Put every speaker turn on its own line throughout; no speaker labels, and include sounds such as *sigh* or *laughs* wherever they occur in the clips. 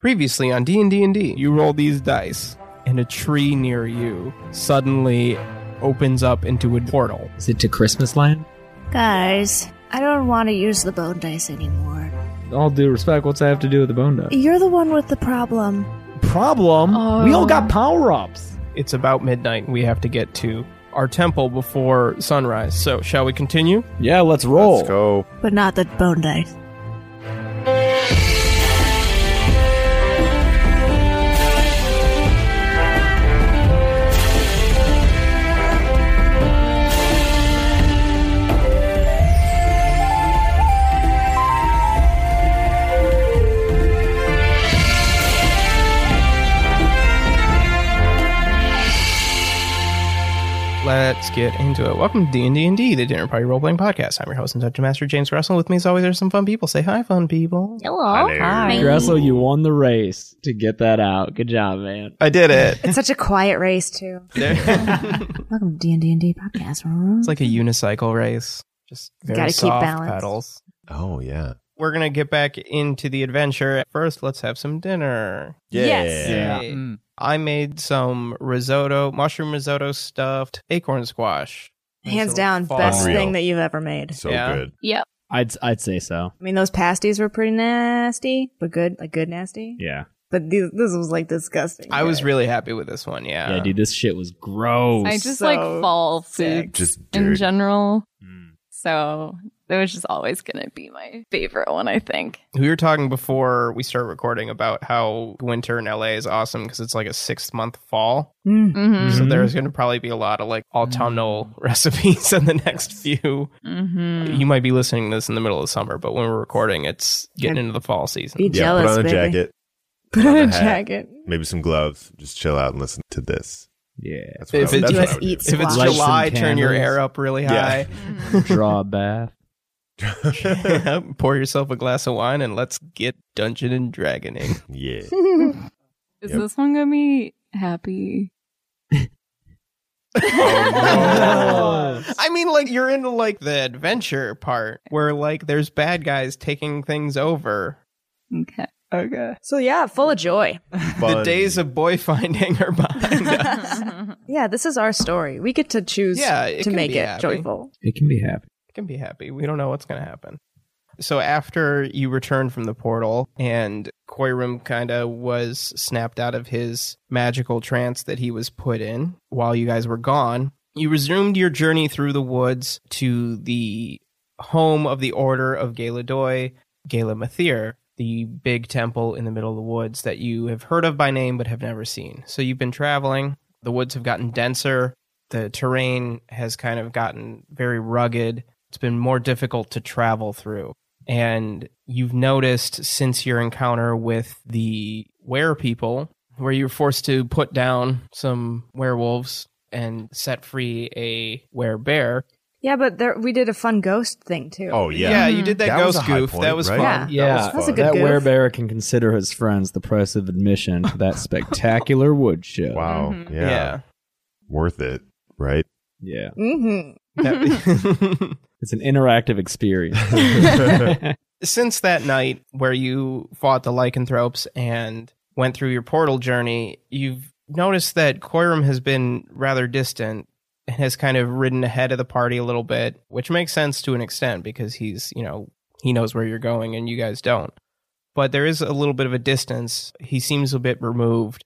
Previously on D and D and D.
You roll these dice, and a tree near you suddenly opens up into a portal.
Is it to Christmas Land?
Guys, I don't want to use the bone dice anymore.
All due respect, what's that have to do with the bone dice?
You're the one with the problem.
Problem? we all got power ups.
It's about midnight, and we have to get to our temple before sunrise. So, shall we continue?
Yeah, let's roll.
Let's go.
But not the bone dice.
Let's get into it. Welcome to D and D and D, the dinner party role playing podcast. I'm your host and Dungeon Master James Russell. With me, as always, are some fun people. Say hi, fun people.
Hello. Hi.
Gressel, you won the race to get that out. Good job, man.
I did it. *laughs*
It's such a quiet race too. Welcome to D and D and D podcast.
It's like a unicycle race. Just very
Gotta keep
soft
balance.
pedals.
Oh yeah.
We're gonna get back into the adventure. First, let's have some dinner.
Yes.
Yeah.
Mm.
I made some risotto, mushroom risotto stuffed acorn squash.
Hands
So
down,
far.
best
Unreal.
thing that you've ever made.
So
Yeah.
good.
Yep.
I'd I'd say so.
I mean, those pasties were pretty nasty, but good, like good nasty.
Yeah.
But these, this was like disgusting.
I was really happy with this one. Yeah.
Yeah, dude, this shit was gross.
I just
so
like fall food
Just
in
dirt.
general.
Mm.
So that was just always going to be my favorite one, I think.
We were talking before we started recording about how winter in LA is awesome because it's like a six month fall. *laughs*
Mm.
Mm
So there's going to probably be a lot of like autumnal
Mm.
*laughs* recipes in the next few.
hmm. Mm
You might be listening to this in the middle of summer, but when we're recording, it's getting into the fall season.
Be
Yeah.
jealous,
put on a
baby.
jacket,
Put on
on
a
a hat.
jacket.
maybe some gloves. Just chill out and listen to this. *laughs*
Yeah.
That's what
If
I would,
it's-
that's what I
Let's
would do.
eat
If it's
Light some
July, turn your
candles.
air up really
Yeah.
high.
hmm.
Draw a bath.
*laughs* Pour yourself a glass of wine and let's get dungeon and dragoning.
*laughs* Yeah.
*laughs*
Is
Yep.
this one going to be happy?
Oh,
I mean, like you're into like the adventure part where like there's bad guys taking things over.
Okay. Okay.
So yeah, full of joy.
The
Fun.
days of boy finding are behind us.
Yeah, this is our story. We get to choose
Yeah, it
to
can
make
be
it
happy.
joyful.
It can be happy.
Can be happy. We don't know what's gonna happen. So after you return from the portal and Koirum kinda was snapped out of his magical trance that he was put in while you guys were gone, you resumed your journey through the woods to the home of the Order of Galadoy, Galamathir, the big temple in the middle of the woods that you have heard of by name but have never seen. So you've been traveling, the woods have gotten denser, the terrain has kind of gotten very rugged. It's been more difficult to travel through. And you've noticed since your encounter with the were people, where you were forced to put down some werewolves and set free a were bear,
Yeah, but there we did a fun ghost thing too.
Oh yeah.
yeah, you did that,
That was
ghost
a high
goof.
point,
that was
right?
fun.
Yeah.
That was
That's a
fun.
good
That
goof.
werebearer can consider his friends the price of admission to *laughs* that spectacular woodshed.
Wow.
Mhm.
Yeah.
Mm-hmm. yeah.
Worth it, right?
Yeah.
Mm-hmm.
*laughs* That-
It's an interactive *laughs* experience.
Since that night where you fought the lycanthropes and went through your portal journey, you've noticed that Koirum has been rather distant and has kind of ridden ahead of the party a little bit, which makes sense to an extent because he's, you know, he knows where you're going and you guys don't. But there is a little bit of a distance. He seems a bit removed.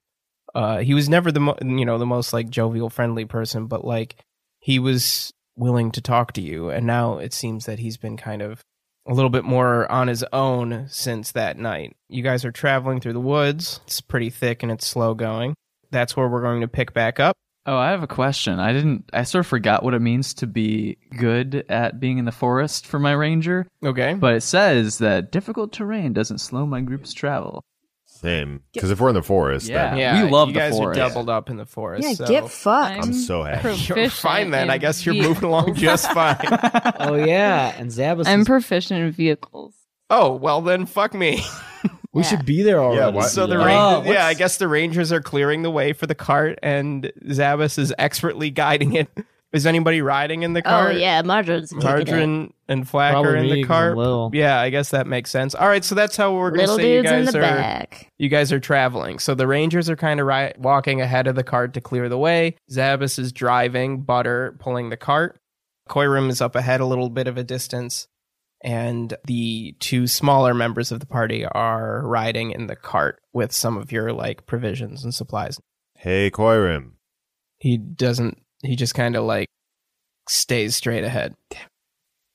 Uh, he was never the mo- you know the most like jovial friendly person, but like he was willing to talk to you, and now it seems that he's been kind of a little bit more on his own since that night. You guys are traveling through the woods. It's pretty thick and it's slow going. That's where we're going to pick back up.
Oh, I have a question. I didn't. I sort of forgot what it means to be good at being in the forest for my ranger,
Okay.
but it says that difficult terrain doesn't slow my group's travel.
Same. Because if we're in the forest,
Yeah.
then
yeah,
we love
you
the
guys
forest.
are doubled up in the forest.
Yeah,
so. *laughs*
get fucked.
I'm so happy.
You're fine then.
in
I guess you're moving
*laughs*
along just fine.
oh yeah, and Zabas.
I'm
is-
proficient in vehicles.
Oh well, then fuck me.
we should be there already.
why-
So the
Yeah.
rangers,
Oh,
yeah, I
what's-
guess the rangers are clearing the way for the cart, and Zabas is expertly guiding it Is anybody riding in the
Oh,
cart?
Marjorie's Oh, taking it.
Margarine and Flack are
Probably
in
me,
the
'cause
cart.
I'm little.
Yeah, I guess that makes sense. All right, so that's how we're going to
Little
say you
dude's in
guys
the
are
back.
you guys are traveling. So the Rangers are kind of ri- walking ahead of the cart to clear the way. Zabas is driving, Butter pulling the cart. Koirum is up ahead a little bit of a distance. And the two smaller members of the party are riding in the cart with some of your like provisions and supplies.
Hey, Koirim.
He doesn't, he just kind of like stays straight ahead.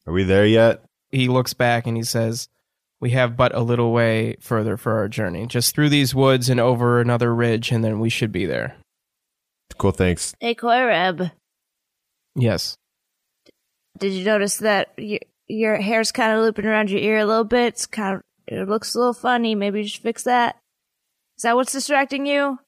Are we there yet?
he looks back and he says, "We have but a little way further for our journey. Just through these woods and over another ridge, and then we should be there."
Cool, thanks.
Hey, Koireb,
Yes.
did you notice that your, your hair's kind of looping around your ear a little bit? It's kind of, it looks a little funny. Maybe you should fix that. Is that what's distracting you?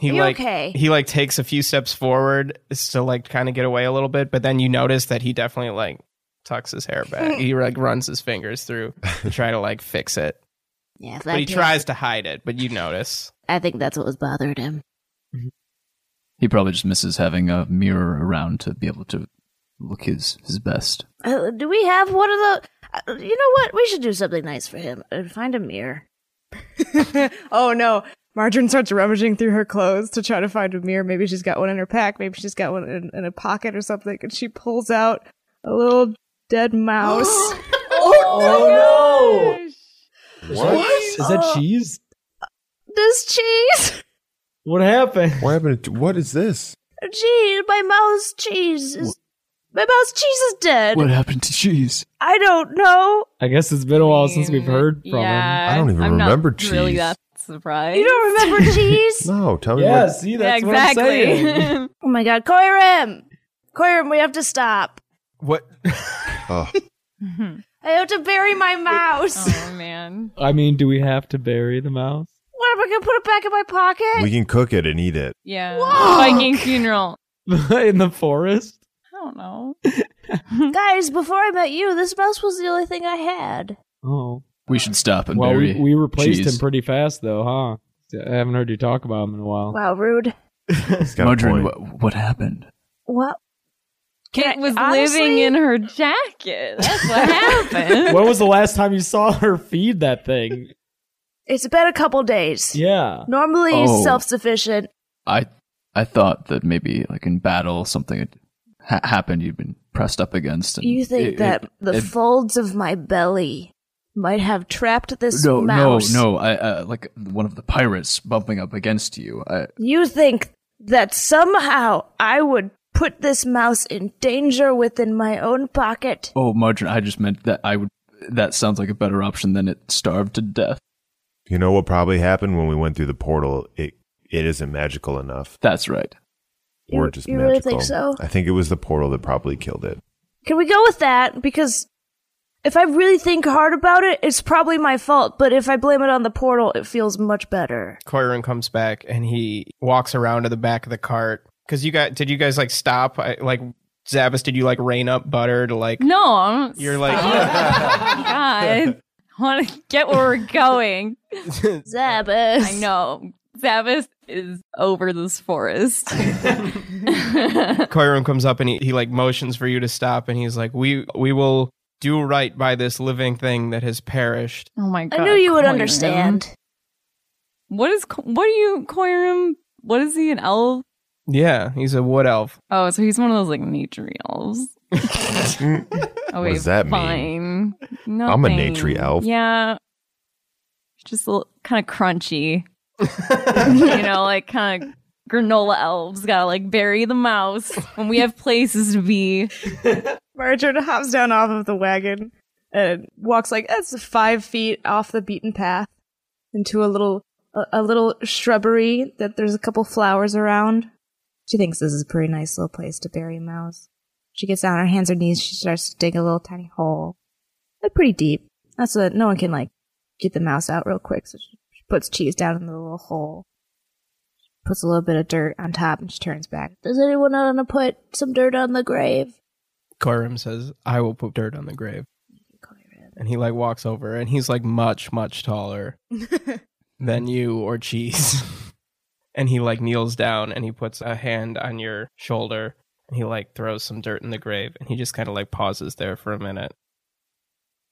He
Are you
like
okay?
he like takes a few steps forward is to like kind of get away a little bit, but then you notice that he definitely like tucks his hair back. he like runs his fingers through to try to like fix it,
Yeah,
but he tries to hide it. But you notice.
I think that's what was bothering him.
He probably just misses having a mirror around to be able to look his his best.
Uh, do we have one of the? Uh, you know what? We should do something nice for him. Uh, find a mirror.
*laughs* Oh no. Marjorie starts rummaging through her clothes to try to find a mirror. Maybe she's got one in her pack. Maybe she's got one in, in a pocket or something. And she pulls out a little dead mouse.
Oh
What?
Is
Oh.
that cheese?
*gasps* This cheese,
What happened?
What happened? To, what is this?
gee, my mouse cheese is my mouse cheese is dead.
What happened to cheese?
I don't know.
I guess it's been a while since we've heard from him.
yeah,
I don't even
I'm not
remember
Really
cheese.
that surprised.
You don't
*laughs*
remember cheese?
No, tell me.
Yeah,
What,
see,
yeah,
that's what I'm
*laughs*
saying.
exactly.
Oh my god, Koirim, Koirim, we have to stop.
What?
oh,
I have to bury my mouse.
*laughs* oh man.
I mean, do we have to bury the mouse? *laughs*
What am I gonna put it back in my pocket?
we can cook it and eat it.
Yeah.
Whoa!
Viking funeral.
in the forest?
I don't know.
Guys, before I met you, this mouse was the only thing I had.
Oh.
We should stop and
Well,
bury.
we, we replaced
cheese.
him pretty fast, though, huh? I haven't heard you talk about him in a while.
Wow, rude.
It's got a
Margarine,
point.
what, what happened?
What?
Kate was
honestly-
living in her jacket.
*laughs*
That's what happened.
when was the last time you saw her feed that thing?
It's been a couple days.
Yeah.
Normally
Oh.
self sufficient.
I I thought that maybe like in battle something had ha- happened. You'd been pressed up against. And
You think
it-
that
it-
the
it-
folds of my belly might have trapped this
no
mouse?
no no I uh, like one of the pirates bumping up against you. I,
You think that somehow I would put this mouse in danger within my own pocket?
oh, Margarine, I just meant that I would. That sounds like a better option than it starved to death.
You know what probably happened when we went through the portal? It it isn't magical enough.
That's right.
*laughs* You-
or just
you
magical.
really think so?
I think it was the portal that probably killed it.
Can we go with that? Because if I really think hard about it, it's probably my fault. But if I blame it on the portal, it feels much better.
Koirun comes back and he walks around to the back of the cart because you got. Did you guys like stop? I, like Zabas, did you like rein up Butter to like?
no, I'm Oh
You're
*laughs*
like. *laughs*
God. I want to get where we're going.
Zabas.
I know. Zavis is over this forest.
Koirum comes up and he, he like motions for you to stop and he's like, We we will do right by this living thing that has perished.
Oh my
I
god.
knew you would
Koiram.
understand.
What is Ko- what are you Koirum? What is he an elf?
Yeah, he's a wood elf.
Oh, so he's one of those like nature
*laughs*
elves. Oh,
What does that mean?
fine. No,
I'm a nature elf.
Yeah. Just a little kind of
*laughs*
crunchy. you know, like kind of granola elves gotta like bury the mouse when we have places to be.
Marjorie hops down off of the wagon and walks like that's five feet off the beaten path into a little a, a little shrubbery that there's a couple flowers around. She thinks this is a pretty nice little place to bury a mouse. She gets down on her hands and knees. She starts to dig a little tiny hole, but pretty deep. That's what no one can like get the mouse out real quick. So she, she puts cheese down in the little hole. Puts a little bit of dirt on top and she turns back.
Does anyone want to put some dirt on the grave?
Koirum says, I will put dirt on the grave. And he like walks over and he's like much, much taller than you or *laughs* cheese. and he like kneels down and he puts a hand on your shoulder and And he like throws some dirt in the grave and he just kind of like pauses there for a minute.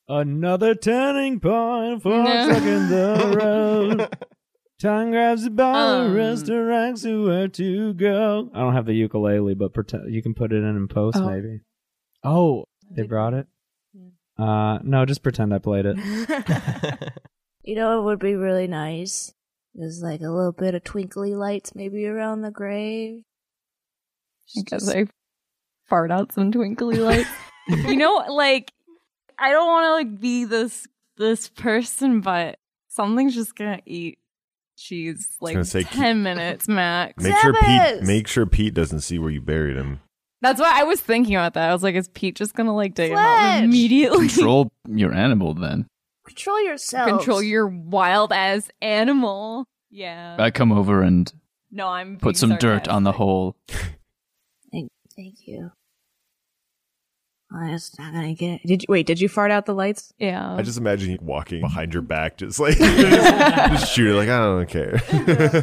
Another turning point for
No.
trucking the road.
*laughs*
Time grabs the bar,
Um.
rest directs you where to go. I don't have the ukulele, but pretend you can put it in in post,
Oh.
maybe. Oh, they brought it. Uh, no, just pretend I played it.
*laughs*
You know, it would be really nice. There's like a little bit of twinkly lights maybe around the grave.
I guess I fart out some twinkly lights. you know, like I don't want to like be this this person, but something's just gonna eat cheese like
gonna say,
ten minutes max.
Make sure Pete.
Sebas!
Make sure Pete doesn't see where you buried him.
That's why I was thinking about that. I was like, is Pete just gonna like dig him out
Fletch!
immediately? *laughs*
Control your animal then.
Control yourself.
Control your wild ass animal. Yeah.
I come over and
no, I'm being
put some dirt
sarcastic.
on the hole.
Thank you. Well, it's not gonna get.
Did you, wait? Did you fart out the
*laughs*
lights?
Yeah.
I just imagine you walking behind your back, just like just shoot it. Like I don't care.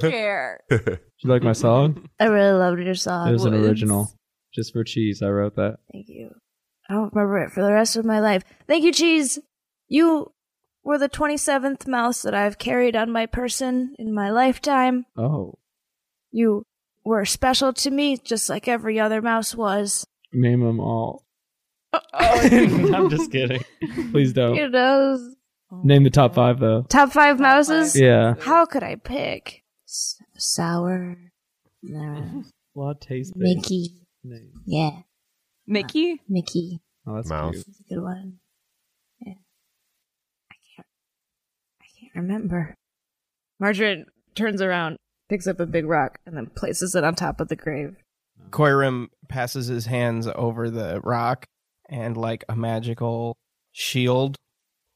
care.
Did you like my
*laughs*
song?
I really loved your
It
song.
was an
Woods.
original. Just for cheese, I wrote that.
Thank you. I don't remember it for the rest of my life. Thank you, Cheese. You were the 27th mouse that I've carried on my person in my lifetime.
Oh.
You were special to me, just like every other mouse was.
Name them all. *laughs* I'm just kidding. Please don't.
Oh.
You know,
Name the top five, though.
top five mouses?
Yeah.
How could I pick? S- sour. No.
Latte
Mickey. Yeah,
Mickey?
Mickey.
Oh, that's
*laughs* Mouse.
cute.
It's a good one.
can't remember.
Margarine turns around, picks up a big rock, and then places it on top of the grave.
Koirim passes his hands over the rock and like a magical shield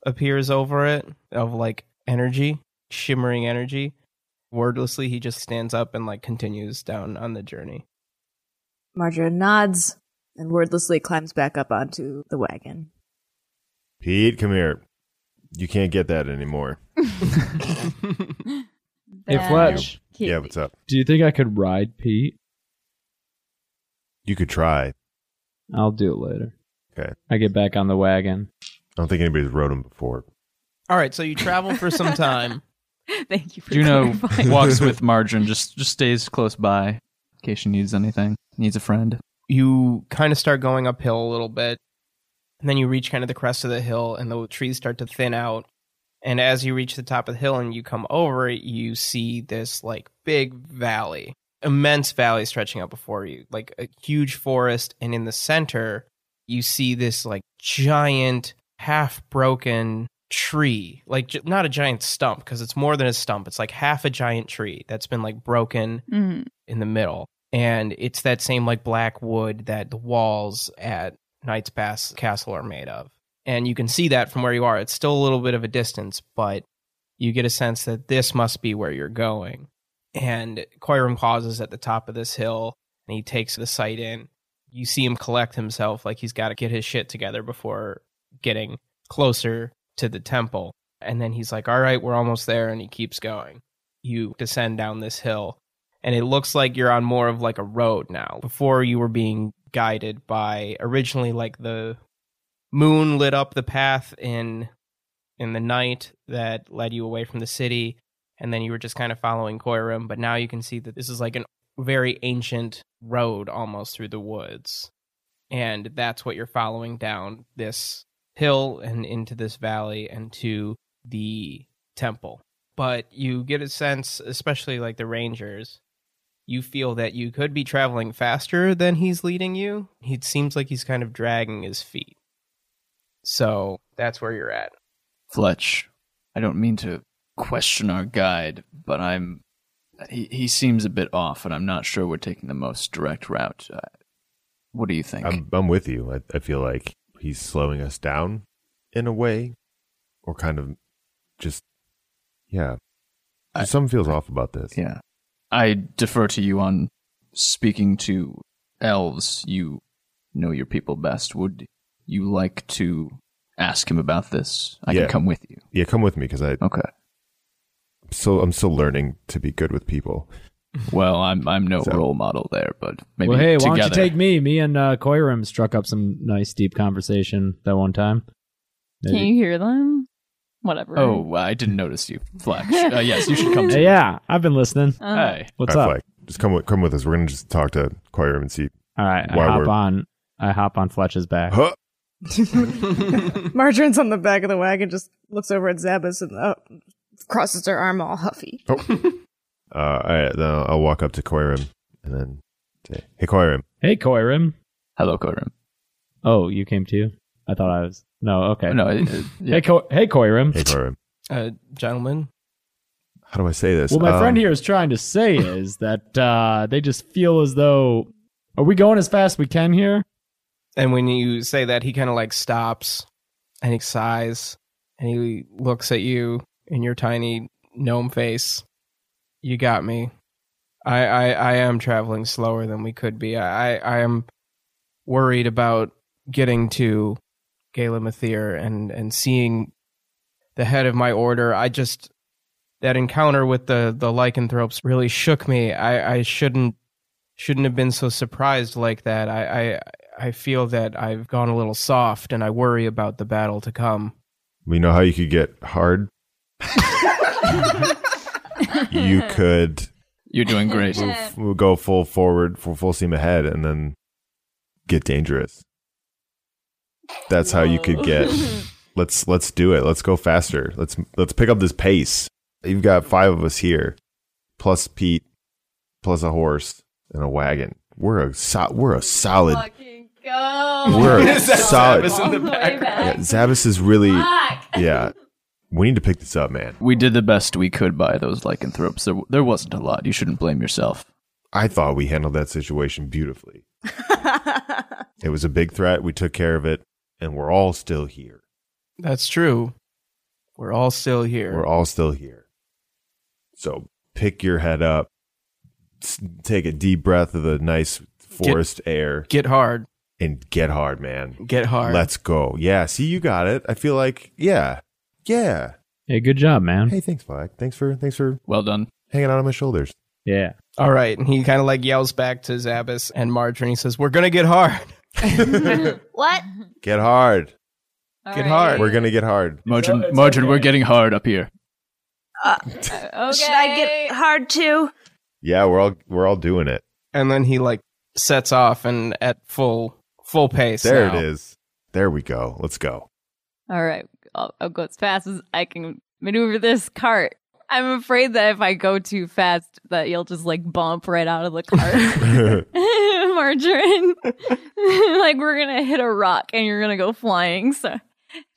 appears over it of like energy, shimmering energy. Wordlessly, he just stands up and like continues down on the journey.
Margarine nods and wordlessly climbs back up onto the wagon.
Pete, come here. You can't get that anymore.
Hey, Fletch,
Kitty.
Yeah, what's up?
do you think I could ride Pete?
You could try. I
I'll do it later.
Okay.
I get back on the wagon.
don't think anybody's rode him before.
All right, so you travel for some time.
*laughs* Thank you for
Juno
clarifying.
walks with Margarine, just just stays close by in case she needs anything. Needs a friend.
you kind of start going uphill a little bit and then you reach kind of the crest of the hill and the trees start to thin out and as you reach the top of the hill and you come over it you see this like big valley immense valley stretching out before you like a huge forest and in the center you see this like giant half broken tree like j- not a giant stump because it's more than a stump it's like half a giant tree that's been like broken
Mm.
in the middle. And it's that same like black wood that the walls at Knight's Pass Castle are made of. And you can see that from where you are. It's still a little bit of a distance, but you get a sense that this must be where you're going. And Koiram pauses at the top of this hill and he takes the sight in. You see him collect himself like he's got to get his shit together before getting closer to the temple. And then he's like, all right, we're almost there. And he keeps going. You descend down this hill and it looks like you're on more of like a road now. Before you were being guided by originally like the moon lit up the path in in the night that led you away from the city, and then you were just kind of following Koirim, but now you can see that this is like an very ancient road almost through the woods. And that's what you're following down this hill and into this valley and to the temple but you get a sense, especially like the Rangers, you feel that you could be traveling faster than he's leading you. He seems like he's kind of dragging his feet. So that's where you're at.
Fletch, I don't mean to question our guide, but I'm. He, he seems a bit off, and I'm not sure we're taking the most direct route. Uh, what do you think?
I'm, I'm with you. I, I feel like he's slowing us down in a way, or kind of just, yeah.
I-
Something feels off about this.
yeah. I defer to you on speaking to elves. You know your people best. Would you like to ask him about this? I
Yeah.
can come with you.
Yeah, come with me because I
Okay.
so I'm still learning to be good with people.
Well, I'm I'm no role model there, but maybe
well, hey,
together.
why don't you take me? Me and uh, Koiram struck up some nice deep conversation that one time.
Can you hear them? Whatever.
Oh, well, I didn't notice you, Flex. Uh, yes, you should
*laughs*
come.
Yeah,
To
yeah, I've been listening.
Uh, Hey.
What's
All
up?
right, Fleck, just come with, come with us. We're gonna just talk to Choir and see.
All right, I
Why
hop
we're-
on. I hop on Fletch's
*laughs*
back.
Huh?
Margarine's on the back of the wagon, just looks over at Zabas and uh, crosses her arm all huffy.
Uh, all right, then I'll, I'll walk up to Koirim and then say, "Hey, Koirim,
Hey, Koirim.
Hello, Koirim.
Oh, you came too? I thought I was. No, okay.
No, it- it- yeah.
Hey, Ko- hey, Koirim.
hey, Koirim."
Uh, gentlemen,
How do I say this?
What my
Um,
friend here is trying to say is that uh, they just feel as though are we going as fast as we can here?
And when you say that, he kind of like stops and he sighs and he looks at you in your tiny gnome face. You got me. I, I, I am traveling slower than we could be. I, I, I am worried about getting to Galamathier and, and seeing the head of my order. I just, that encounter with the, the lycanthropes really shook me. I, I shouldn't, shouldn't have been so surprised like that. I, I, I feel that I've gone a little soft and I worry about the battle to come.
We know how you could get
*laughs*
hard. you could
You're doing great.
f- go full forward, full, full steam ahead, and then get dangerous. That's how you could get. Let's let's do it. Let's go faster. Let's let's pick up this pace. You've got five of us here, plus Pete, plus a horse and a wagon. We're a so- we're a solid.
Fucking go.
We're
*laughs*
a solid.
All
Oh,
the way
Yeah,
back.
Zabbis is really.
Fuck.
Yeah, we need to pick this up, man.
We did the best we could by those lycanthropes. There, there wasn't a lot. You shouldn't blame yourself.
I thought we handled that situation beautifully. it was a big threat. We took care of it, and we're all still here.
That's true. We're all still here.
We're all still here. So pick your head up, s- take a deep breath of the nice forest air,
get hard.
and get hard, man.
Get hard.
Let's go. Yeah, see, you got it. I feel like, yeah, yeah.
Hey, good job,
Mm-hmm.
man.
Hey, thanks, Black. Thanks for thanks for
Well done.
hanging out on my shoulders.
Yeah.
all right. And he kind of like yells back to Zabbis and Marjorie. He says, We're going to get hard. *laughs*
What?
Get hard.
All
Get hard.
We're gonna get hard.
Margin, Margin, we're getting hard up here.
Uh, Okay.
Should I get hard too?
Yeah, we're all we're all doing it.
And then he like sets off and at full full pace.
There
now.
it is. There we go.
*laughs*
Let's go.
All right, I'll, I'll go as fast as I can maneuver this cart. I'm afraid that if I go too fast, that you'll just like bump right out of
*laughs*
the cart, *laughs*
Oh,
Margarine. *laughs* like we're gonna hit a rock and you're gonna go flying. So,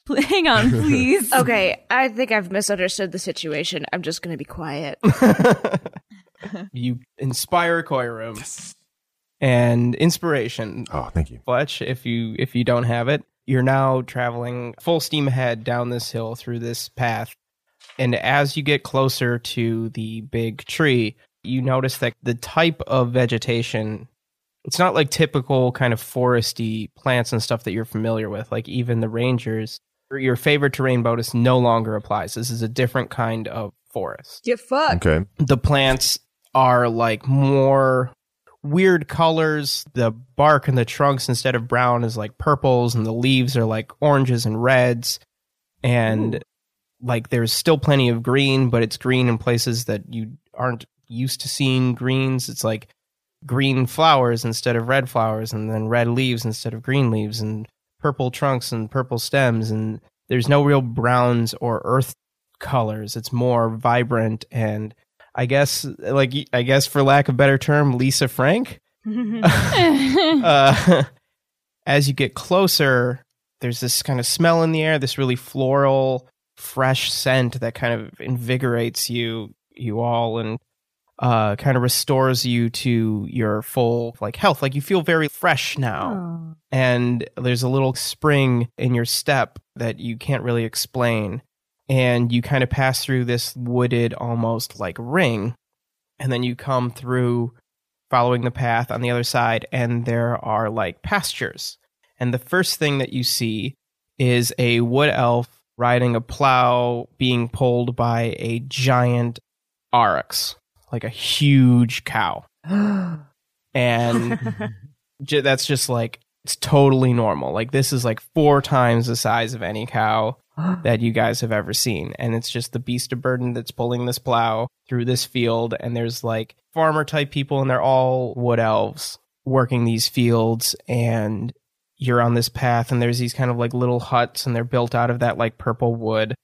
pl-
*laughs*
hang on, please.
Okay, I think I've misunderstood the situation. I'm just gonna
*laughs*
be quiet.
*laughs* You inspire Koi Room. And inspiration.
oh, thank you.
Fletch, if you if you don't have it, you're now traveling full steam ahead down this hill through this path. And as you get closer to the big tree, you notice that the type of vegetation it's not like typical kind of foresty plants and stuff that you're familiar with, like even the rangers. Your favorite terrain bonus no longer applies. This is a different kind of forest
Get
*laughs*
fucked.
Okay.
the plants are like more weird colors. The bark and the trunks instead of brown is like purples and the leaves are like oranges and reds and like there's still plenty of green, but it's green in places that you aren't used to seeing greens. It's like green flowers instead of red flowers and then red leaves instead of green leaves and purple trunks and purple stems and there's no real browns or earth colors. It's more vibrant and I guess, like, I guess for lack of better term, Lisa Frank. *laughs* uh, as you get closer, there's this kind of smell in the air, this really floral, fresh scent that kind of invigorates you, you all, and uh, kind of restores you to your full like health. Like you feel very fresh now and there's a little spring in your step that you can't really explain. And you kind of pass through this wooded, almost like ring, and then you come through following the path on the other side, and there are like pastures. And the first thing that you see is a wood elf riding a plow being pulled by a giant oryx. like a huge cow. and ju- that's just like it's totally normal. Like this is like four times the size of any cow that you guys have ever seen, and it's just the beast of burden that's pulling this plow through this field. And there's like farmer type people, and they're all wood elves working these fields, and you're on this path, and there's these kind of like little huts, and they're built out of that like purple wood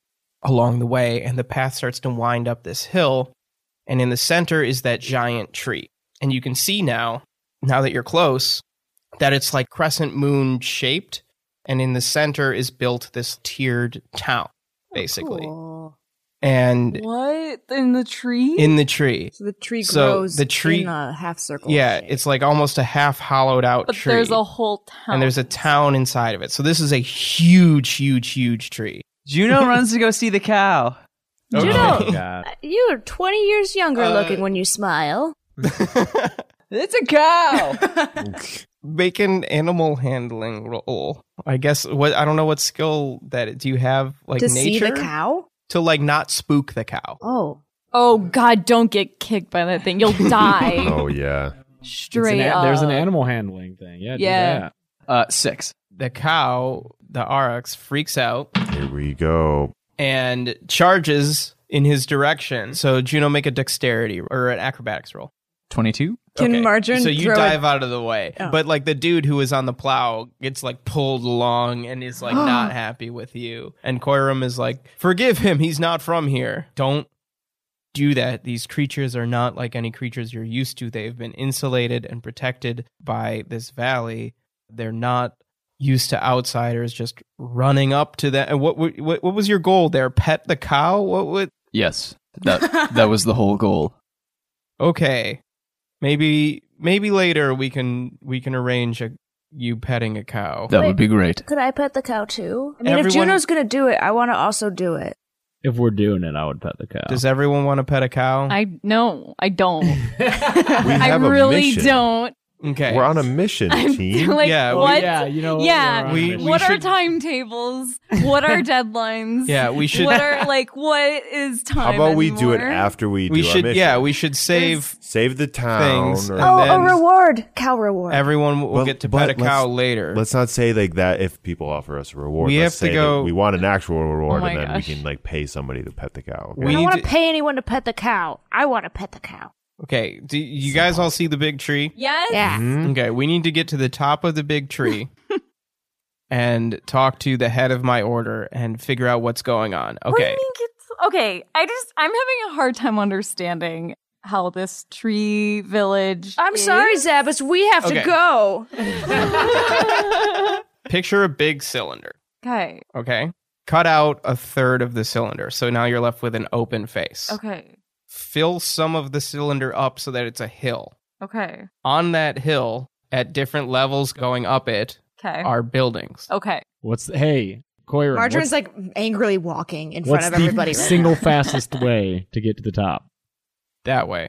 along the way, and the path starts to wind up this hill, and in the center is that giant tree. And you can see now, now that you're close, that it's like crescent moon shaped, and in the center is built this tiered town, basically.
Oh, Cool.
And
*laughs* What in the tree?
in the tree,
So the tree
So
grows
the tree-
in a half circle.
yeah, it's like almost a half hollowed out
but
tree.
there's a whole town.
and there's a town inside of it. So this is a huge, huge, huge tree.
Juno runs to go see the cow.
Okay.
Juno,
*laughs* God.
Uh, you are 20 years younger
Uh,
looking when you smile. *laughs*
It's a cow.
*laughs* Make an animal handling roll. I guess what I don't know what skill that do you have like
to see
nature
the cow?
to like not spook the cow.
Oh.
oh God! Don't get kicked by that
*laughs*
thing. You'll die
Oh yeah.
It's an
straight
a-
up.
there's an animal handling thing. uh, Yeah, do
Yeah.
that.
Uh, six.
The cow, the Aurochs, freaks out
Here we go.
and charges in his direction. So Juno, make a dexterity or an acrobatics roll.
22?
Can
Okay.
Margarine
So you
throw
dive
it?
out of the way,
Oh.
but like the dude who is on the plow gets like pulled along and is
*gasps*
like not happy with you. And Koiram is like, "Forgive him. He's not from here. Don't do that. These creatures are not like any creatures you're used to. They've been insulated and protected by this valley. They're not used to outsiders just running up to them. And what what what what was your goal there? Pet the cow? What would
Yes. That that was the whole goal.
okay maybe maybe later we can we can arrange a you petting a cow
That would be great.
Could I pet the cow too? I mean,
Everyone-
if Juno's going to do it, I want to also do it.
If we're doing it, I would pet the cow.
does everyone want to pet a cow
*laughs* I no, I don't.
*laughs*
We
I
have a
really
mission.
don't.
okay
We're on a mission,
*laughs* I'm
team.
like
Yeah,
yeah,
we-
Oh,
what?
Yeah, you know.
Yeah.
we're on a
We-
mission.
what are
should-
timetables? What
*laughs*
are deadlines?
yeah we should
What are like what is
How
time?
about we do it
anymore?
after we,
we
do our
should
mission?
yeah we should save
save the town.
Things.
or-
And
oh,
then-
a reward. Cow reward.
everyone will
But-
get to
but
pet a cow
let's-
later
Let's not say like that if people offer us a reward.
We
Let's
have to
say
go-
that we want an actual reward,
Oh my
and then
gosh.
we can like pay somebody to pet the
I
cow.
we
don't
need
want
to-
to pay anyone to pet the cow. I want to pet the cow.
okay do you guys all see the big tree
Yes.
Yeah.
Mm-hmm.
Mhm.
okay we need to get to the top of the big
*laughs*
tree and talk to the head of my order and figure out what's going on
What do you
okay
mean it's- okay. I just I'm having a hard time understanding how this tree village.
I'm
is.
sorry, Zabbis. We have
Okay.
to
*laughs*
go.
*laughs* picture a big cylinder
Okay.
okay cut out a third of the cylinder so now you're left with an open face
Okay.
fill some of the cylinder up so that it's a hill.
Okay.
On that hill, at different levels going up it,
Okay. Oh.
are buildings.
Okay.
What's the, hey, Koira?
Margarine's
what's,
like angrily walking in front
what's
of
the
everybody. right now. *laughs*
single fastest way to get to the top?
That way.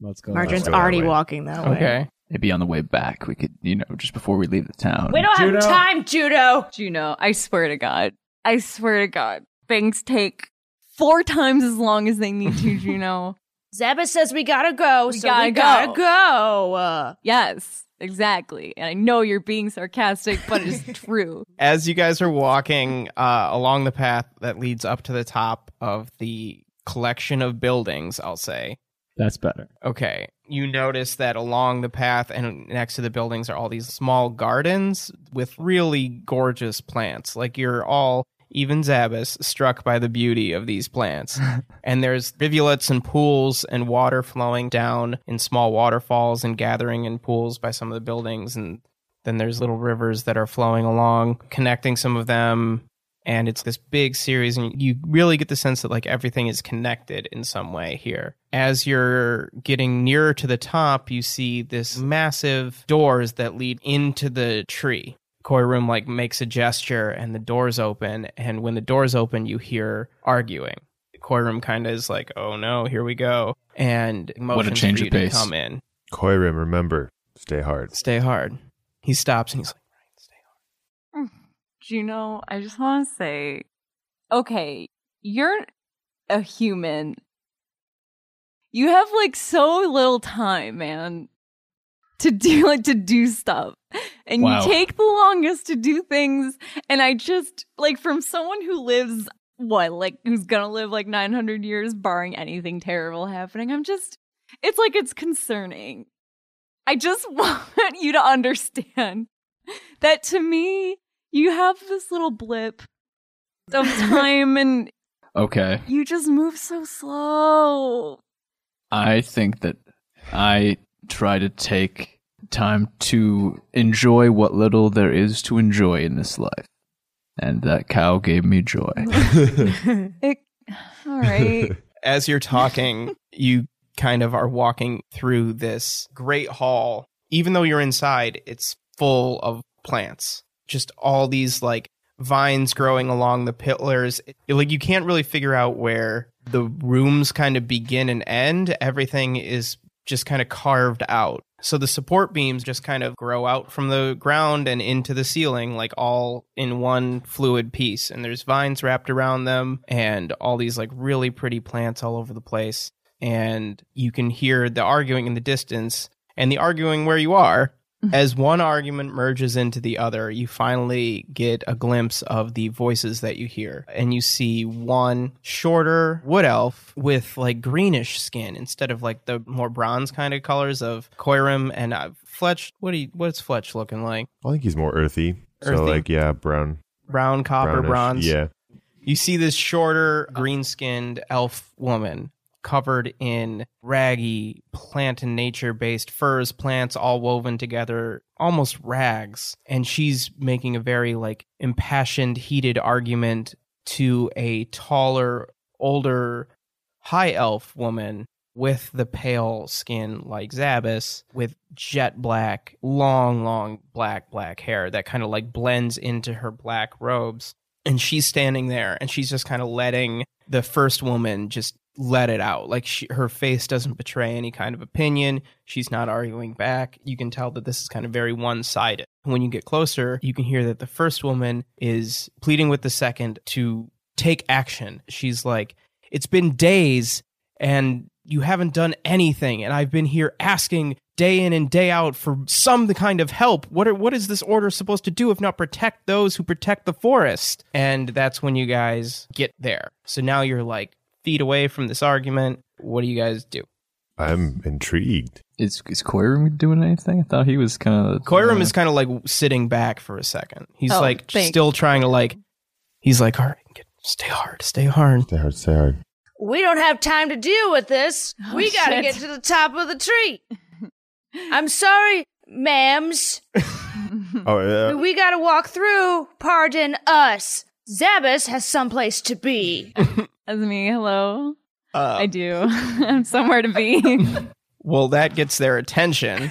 Let's go.
Margarine's
Let's go that
already
way.
walking that way.
Okay.
Maybe on the way back, we could, you know, just before we leave the town.
We don't
Juno.
have time, Judo.
Juno, I swear to God. I swear to God. Things take four times as long as they need
*laughs*
to, Juno.
Zabbis says we gotta go,
We
so
gotta
we gotta
go.
go. Uh,
Yes, exactly. And I know you're being sarcastic, but it's *laughs* true.
As you guys are walking uh, along the path that leads up to the top of the collection of buildings, I'll say,
That's better.
okay, you notice that along the path and next to the buildings are all these small gardens with really gorgeous plants. Like you're all, even Zabas, struck by the beauty of these plants. and there's rivulets and pools and water flowing down in small waterfalls and gathering in pools by some of the buildings and then there's little rivers that are flowing along connecting some of them and it's this big series and you really get the sense that like everything is connected in some way here as you're getting nearer to the top you see this massive doors that lead into the tree Koi Room like makes a gesture and the doors open and when the doors open you hear arguing Koi Room kind of is like oh no here we go and motions for
change of
you to
pace.
come in
Koirim, remember, stay hard.
stay hard he stops and he's like
Juno, I just want to say okay, you're a human. You have like so little time, man, to do like to do stuff. And
Wow.
you take the longest to do things. And I just like from someone who lives what, like who's gonna live like 900 years, barring anything terrible happening, I'm just, it's like it's concerning. I just *laughs* want you to understand that to me, you have this little blip
*laughs*
of time and
Okay.
you just move so slow.
I think that I try to take time to enjoy what little there is to enjoy in this life. And that cow gave me joy.
Uh,
It, all right.
*laughs* As you're talking, you kind of are walking through this great hall. Even though you're inside, it's full of plants. Just all these like vines growing along the pillars. It- like you can't really figure out where the rooms kind of begin and end. Everything is just kind of carved out. So the support beams just kind of grow out from the ground and into the ceiling, like all in one fluid piece. And there's vines wrapped around them and all these like really pretty plants all over the place. And you can hear the arguing in the distance and the arguing where you are. As one argument merges into the other, you finally get a glimpse of the voices that you hear. And you see one shorter wood elf with like greenish skin instead of like the more bronze kind of colors of Koirim and uh, Fletch. What do you, what's Fletch looking like?
I think he's more earthy.
Earthy?
So like yeah, brown.
Brown, copper,
brownish.
bronze.
Yeah.
You see this shorter, green skinned elf woman covered in raggy plant and nature based furs, plants all woven together, almost rags. And she's making a very like impassioned, heated argument to a taller, older, high elf woman with the pale skin like Zabas, with jet black, long, long black, black hair that kind of like blends into her black robes. And she's standing there and she's just kind of letting the first woman just let it out. Like she, her face doesn't betray any kind of opinion. She's not arguing back. You can tell that this is kind of very one sided. When you get closer, you can hear that the first woman is pleading with the second to take action. She's like, It's been days and you haven't done anything and i've been here asking day in and day out for some kind of help what are, what is this order supposed to do if not protect those who protect the forest and that's when you guys get there so now you're like feet away from this argument what do you guys do
I'm intrigued.
Is is Koirum doing anything? I thought he was kind of.
Koiram is kind of like sitting back for a second he's
Oh,
like
thanks.
still trying to like he's like all right get, stay hard stay hard
Stay hard, stay
*laughs*
hard.
*laughs* We don't have time to deal with this.
Oh,
we gotta
shit.
get to the top of the
*laughs*
tree. I'm sorry, ma'ams.
Oh
Uh,
yeah.
We gotta walk through. Pardon us. Zabas has someplace to be.
*laughs*
As me, hello.
uh,
I do. *laughs* I'm somewhere to be.
*laughs* Well, that gets their attention.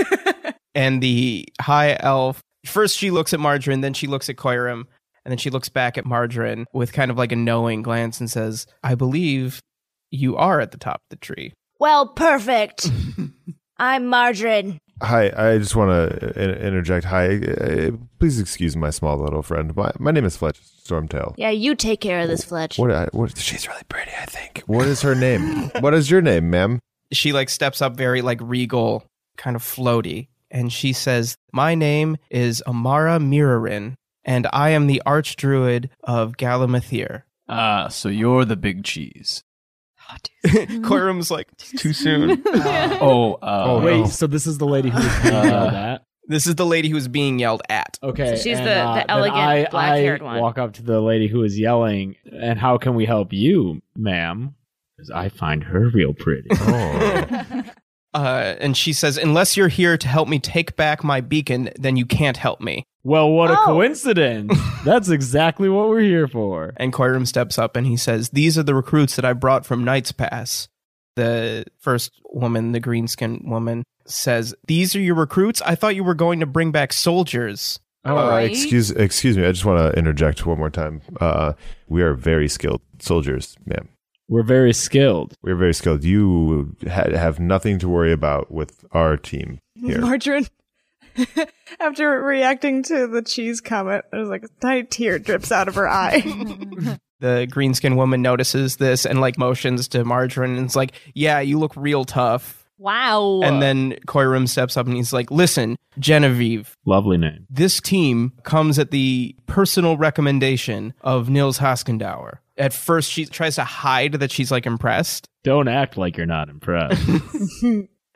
and the high elf first she looks at Margarine, then she looks at Koirim, and then she looks back at Margarine with kind of like a knowing glance and says, I believe you are at the top of the tree.
Well,
*laughs*
perfect. I'm Margarine.
Hi, I just want to interject. Hi, uh, please excuse my small little friend. My my name is Fletch Stormtail.
Yeah, you take care of this,
*laughs*
Fletch.
What? I, what? She's really pretty. I think. What is her *laughs* name? what is your name, ma'am?
She like steps up very like regal, kind of floaty, and she says, My name is Amara Mirarin, and I am the archdruid of Gallamathir. *laughs*
Ah, so you're the big cheese.
*laughs*
Koirim's like, too Oh, soon.
Oh, uh,
Oh,
Wait,
no.
so this is the lady *laughs* who was being yelled at.
This is the lady who's being yelled at.
Okay,
So she's
and,
the-
uh,
the
then
elegant
I,
black-haired
I
one.
Walk up to the lady who is yelling, and how can we help you, ma'am? Because I find her real pretty.
Oh.
Uh, and she says, Unless you're here to help me take back my beacon, then you can't help me.
*laughs* well, what a
Oh. *laughs*
coincidence! That's exactly what we're here for.
And Koirum steps up and he says, These are the recruits that I brought from Knight's Pass. The first woman, the green skinned woman, says, These are your recruits? I thought you were going to bring back soldiers.
Uh,
Alright.
excuse, excuse me. I just want to interject one more time. Uh, we are very skilled soldiers, ma'am.
We're very skilled.
We are very skilled. You ha- have nothing to worry about with our team here.
*laughs* Margarine.
*laughs*
After reacting to the cheese comment, there's like a tiny tear drips out of her eye.
The green skinned woman notices this and like motions to Margarine and is like, Yeah, you look real tough.
Wow.
And then Koirum steps up and he's like, Listen, Genevieve,
Lovely name.
this team comes at the personal recommendation of Nils Hoskendauer. At first, she tries to hide that she's like impressed.
Don't act like you're not impressed.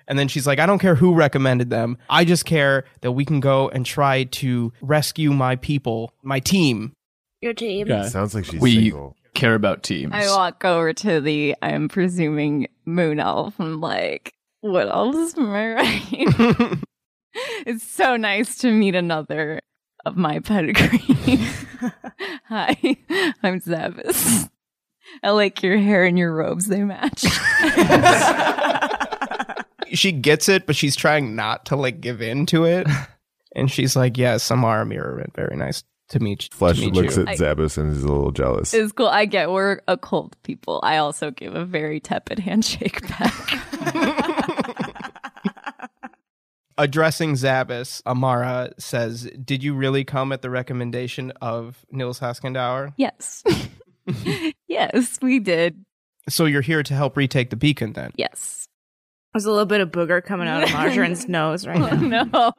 And then she's like, I don't care who recommended them. I just care that we can go and try to rescue my people, my team.
Your team.
Okay.
Sounds like she's
we
single.
care about teams.
I walk over to the, I'm presuming, moon elf. I'm like, what else am I writing? *laughs* it's so nice to meet another of my pedigree. Hi, *laughs* I'm Zavis. I like your hair and your robes, they match.
*laughs* She gets it, but she's trying not to like give in to it. *laughs* And she's like, Yes, I'm Aramira. Very nice to meet,
Flesh
to meet
looks
you.
at Zabus and is a little jealous.
it's cool. I get we're occult people. I also give a very tepid handshake back.
Addressing Zabas, Amara says, Did you really come at the recommendation of Nils Hoskendauer?
yes. *laughs* yes, we did.
So you're here to help retake the beacon then?
Yes.
There's a little bit of booger coming
*laughs*
out of Margarine's nose right
Oh,
now.
*laughs* no.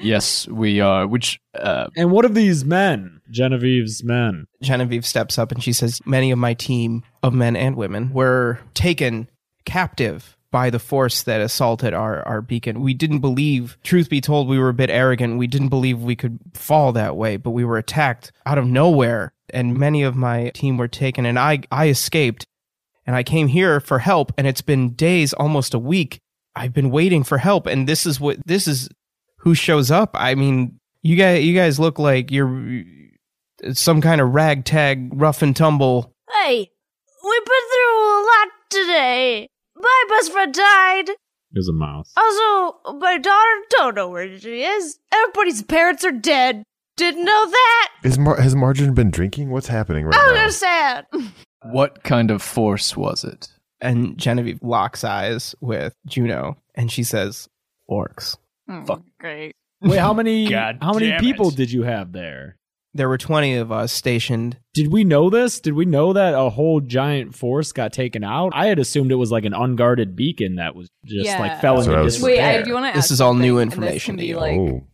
yes, we are. Which uh,
*laughs* and what of these men? Genevieve's men.
Genevieve steps up and she says, Many of my team of men and women were taken captive by the force that assaulted our, our beacon. We didn't believe, truth be told, we were a bit arrogant. We didn't believe we could fall that way, but we were attacked out of nowhere. And many of my team were taken, and I, I escaped. And I came here for help, and it's been days, almost a week. I've been waiting for help, and this is what this is who shows up. I mean, you guys, you guys look like you're some kind of ragtag rough and tumble.
Hey, we've been through a lot today. My best friend died.
There's a mouse.
Also, my daughter don't know where she is. Everybody's parents are dead. Didn't know that.
Is Mar- has Margarine been drinking? What's happening right
I
now?
*laughs*
was sad.
what kind of force was it?
And Genevieve locks eyes with Juno and she says, Orcs.
Mm,
Fuck.
Great.
Wait, how
*laughs*
many
God
how many
damn
people
it.
did you have there?
There were 20 of us stationed.
Did we know this? Did we know that a whole giant force got taken out? I had assumed it was like an unguarded beacon that was just
Yeah.
like fell
That's
into
what I was-
Wait,
disrepair.
I do want to ask.
This is all new
something, and
information to
This can be
you.
like
oh,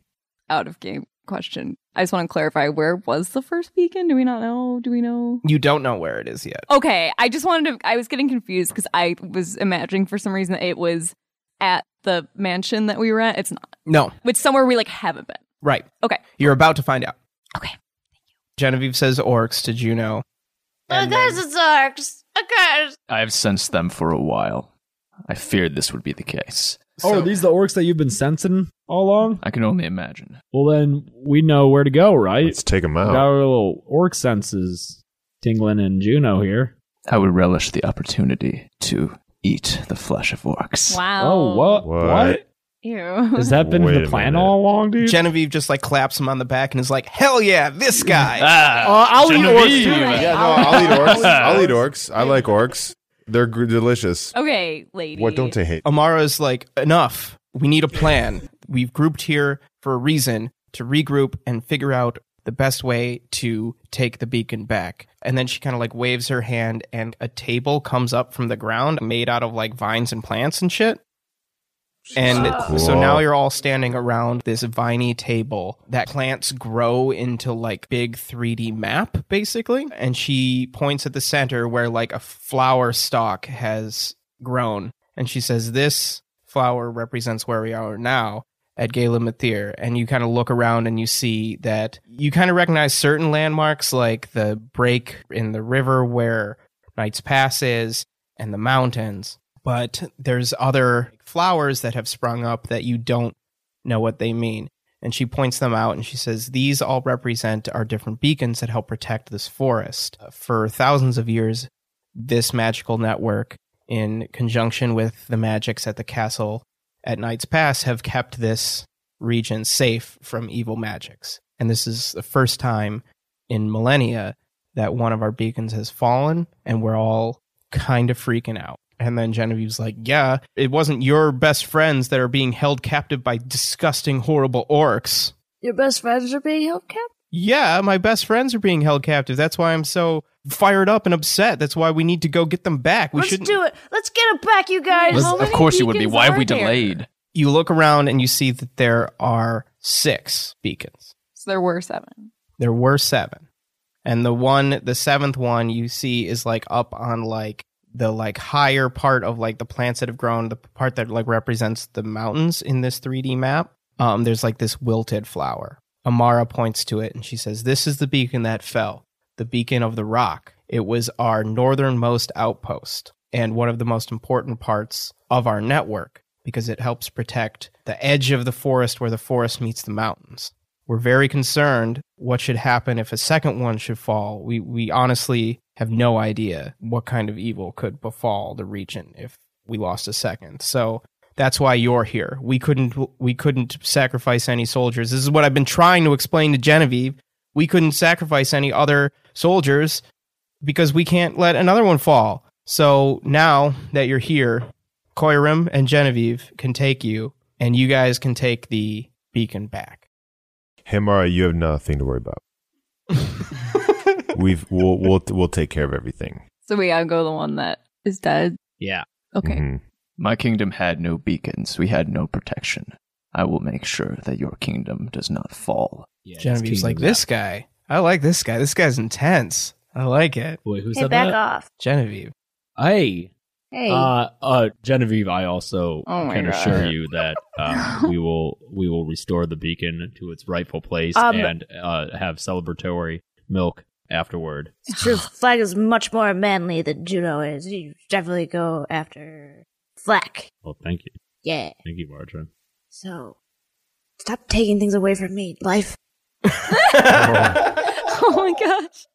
out of game question. I just want to clarify where was the first beacon? Do we not know? Do we know?
You don't know where it is yet.
Okay, I just wanted to. I was getting confused because I was imagining for some reason it was at the mansion that we were at. It's not.
No.
It's somewhere we like haven't been.
Right.
Okay.
You're about to find out.
Okay.
Genevieve says orcs to Juno.
I
And then-
guess it's orcs. I guess.
I have sensed them for a while. I feared this would be the case.
oh, are these the orcs that you've been sensing all along?
I can only imagine.
Well, then we know where to go, right?
let's take him
We
out.
Got our little orc senses tingling in Juno here.
I would relish the opportunity to eat the flesh of orcs.
Wow.
Oh, what?
What?
Ew.
what? Has that been
Wait
the
a
plan
minute.
all along, dude?
Genevieve just like claps him on the back and is like, Hell yeah, this
*laughs*
guy.
Ah,
Uh, I'll eat orcs,
Genevieve.
too.
Yeah, no, I'll eat orcs. I'll eat orcs. I like orcs. They're gr- delicious.
*laughs* Oh, okay, lady.
What don't they hate?
Amara's like, Enough. We need a plan. We've grouped here for a reason to regroup and figure out the best way to take the beacon back. And then she kind of like waves her hand, and a table comes up from the ground made out of like vines and plants and shit. And
cool.
so now you're all standing around this viney table that plants grow into like big 3D map, basically. And she points at the center where like a flower stalk has grown. And she says, This flower represents where we are now at Galen Mathir. And you kind of look around and you see that you kind of recognize certain landmarks like the break in the river where Knight's Pass is and the mountains but there's other flowers that have sprung up that you don't know what they mean. And she points them out and she says, These all represent our different beacons that help protect this forest. Uh, For thousands of years, this magical network, in conjunction with the magics at the castle at Knight's Pass, have kept this region safe from evil magics. And this is the first time in millennia that one of our beacons has fallen, and we're all kind of freaking out. And then Genevieve's like, Yeah, it wasn't your best friends that are being held captive by disgusting, horrible orcs.
Your best friends are being held captive.
yeah, my best friends are being held captive. That's why I'm so fired up and upset. That's why we need to go get them back. We
Let's
shouldn't.
do it. Let's get it back, you guys.
Let's- of course it would be. Why have we delayed?
You look around and you see that there are six beacons.
So there were seven.
There were seven. And the one, the seventh one you see is like up on like the like higher part of like the plants that have grown, the part that like represents the mountains in this 3D map. Um, there's like this wilted flower. Amara points to it and she says, This is the beacon that fell, the beacon of the rock. It was our northernmost outpost and one of the most important parts of our network because it helps protect the edge of the forest where the forest meets the mountains we're very concerned what should happen if a second one should fall. We we honestly have no idea what kind of evil could befall the region if we lost a second. So that's why you're here. We couldn't we couldn't sacrifice any soldiers. This is what I've been trying to explain to Genevieve. We couldn't sacrifice any other soldiers because we can't let another one fall. So now that you're here, Koirim and Genevieve can take you and you guys can take the beacon back.
Himara, you have nothing to worry about.
*laughs*
We've we'll, we'll we'll take care of everything.
So we gotta go the one that is dead.
Yeah.
Okay.
Mhm.
My kingdom had no beacons. We had no protection. I will make sure that your kingdom does not fall.
Yeah,
Genevieve's like, this guy. I like this guy. This guy's intense. I like it.
Boy, who
Hey,
said
back
that?
off.
Genevieve.
Hey.
Hey.
Uh, uh, Genevieve, I also
Oh my
can
God.
assure
*laughs*
you that um, we will we will restore the beacon to its rightful place
Um,
and uh, have celebratory milk afterward.
*sighs*
It's true. Flag is much more manly than Juno is. You definitely go after Flack.
Well, thank you,
Yeah.
thank you, Marjorie.
So stop taking things away from me, life.
*laughs* Oh my gosh.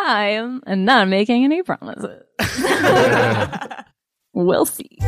I am not making any promises. *laughs* we'll see.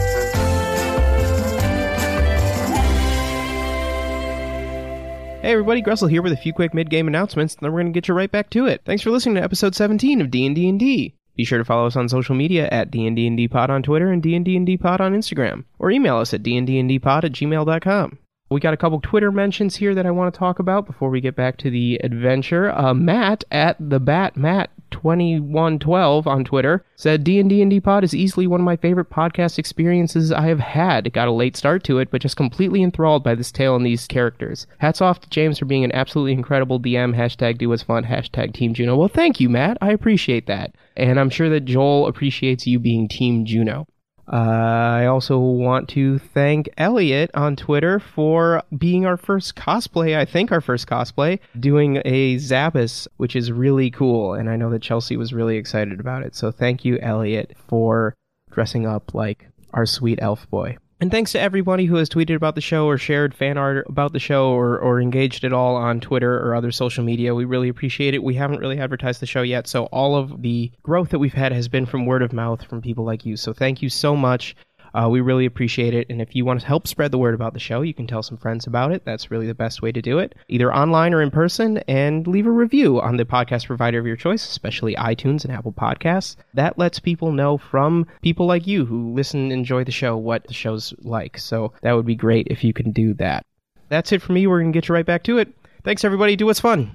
Hey everybody, Gressel here with a few quick mid-game announcements, and then we're going to get you right back to it. Thanks for listening to episode 17 of D&D and D. Be sure to follow us on social media at D&D Pod on Twitter and D&D Pod on Instagram, or email us at dndndpod at gmail.com. We got a couple Twitter mentions here that I want to talk about before we get back to the adventure. Uh, Matt at the Bat Matt 2112 on Twitter said D&D and D Pod is easily one of my favorite podcast experiences I have had. Got a late start to it, but just completely enthralled by this tale and these characters. Hats off to James for being an absolutely incredible DM. Hashtag do what's fun. Hashtag Team Juno. Well, thank you, Matt. I appreciate that. And I'm sure that Joel appreciates you being Team Juno. Uh, I also want to thank Elliot on Twitter for being our first cosplay, I think our first cosplay, doing a Zappos, which is really cool. And I know that Chelsea was really excited about it. So thank you, Elliot, for dressing up like our sweet elf boy. And thanks to everybody who has tweeted about the show or shared fan art about the show or, or engaged at all on Twitter or other social media. We really appreciate it. We haven't really advertised the show yet, so all of the growth that we've had has been from word of mouth from people like you. So thank you so much. Uh, we really appreciate it. And if you want to help spread the word about the show, you can tell some friends about it. That's really the best way to do it, either online or in person, and leave a review on the podcast provider of your choice, especially iTunes and Apple Podcasts. That lets people know from people like you who listen and enjoy the show what the show's like. So that would be great if you can do that. That's it for me. We're going to get you right back to it. Thanks, everybody. Do what's fun.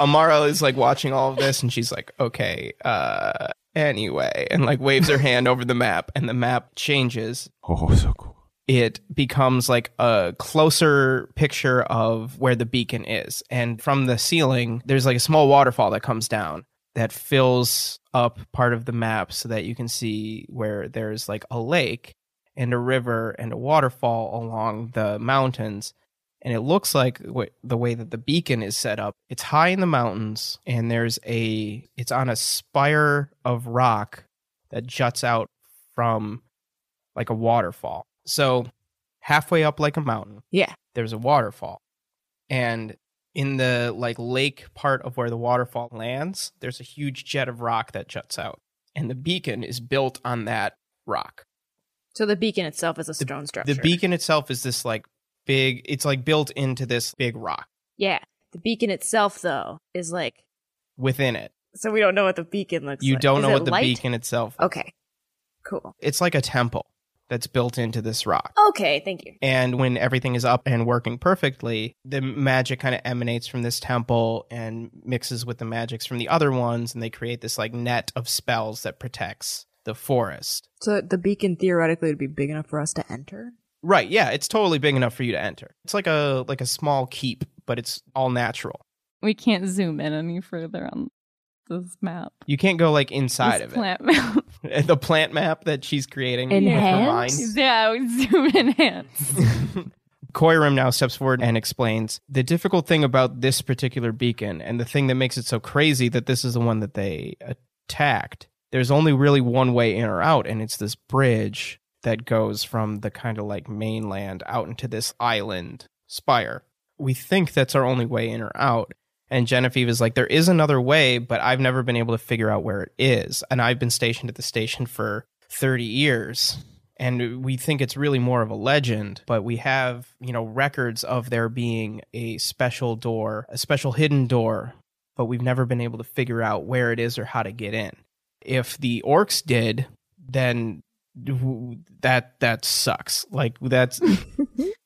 Amara is like watching all of this and she's like, okay, uh, anyway, and like waves her hand over the map and the map changes.
Oh, so cool.
It becomes like a closer picture of where the beacon is. And from the ceiling, there's like a small waterfall that comes down that fills up part of the map so that you can see where there's like a lake and a river and a waterfall along the mountains and it looks like w- the way that the beacon is set up it's high in the mountains and there's a it's on a spire of rock that juts out from like a waterfall so halfway up like a mountain.
Yeah.
There's a waterfall. And in the like lake part of where the waterfall lands, there's a huge jet of rock that juts out. And the beacon is built on that rock.
So the beacon itself is a stone structure.
The beacon itself is this like big it's like built into this big rock
Yeah. The beacon itself, though, is like.
within it.
So we don't know what the beacon looks
You
like.
don't
Is
know
it
what the
light? Oh.
beacon itself
Okay. Cool.
It's like a temple that's built into this rock.
Okay. Thank you.
And when everything is up and working perfectly, the magic kind of emanates from this temple and mixes with the magics from the other ones, and they create this like net of spells that protects the forest.
So the beacon theoretically would be big enough for us to enter.
Right, yeah, it's totally big enough for you to enter. It's like a like a small keep, but it's all natural.
We can't zoom in any further on this map.
You can't go like inside
This
of
plant *laughs* map.
it. *laughs* the plant map that she's creating with her mind.
Yeah, we zoom enhance.
*laughs* Koirim now steps forward and explains the difficult thing about this particular beacon and the thing that makes it so crazy that this is the one that they attacked. There's only really one way in or out, and it's this bridge that goes from the kind of like mainland out into this island spire. We think that's our only way in or out. And Genevieve is like, there is another way, but I've never been able to figure out where it is. And I've been stationed at the station for 30 years. And we think it's really more of a legend, but we have, you know, records of there being a special door, a special hidden door, but we've never been able to figure out where it is or how to get in. If the orcs did, then w- that that sucks. Like that's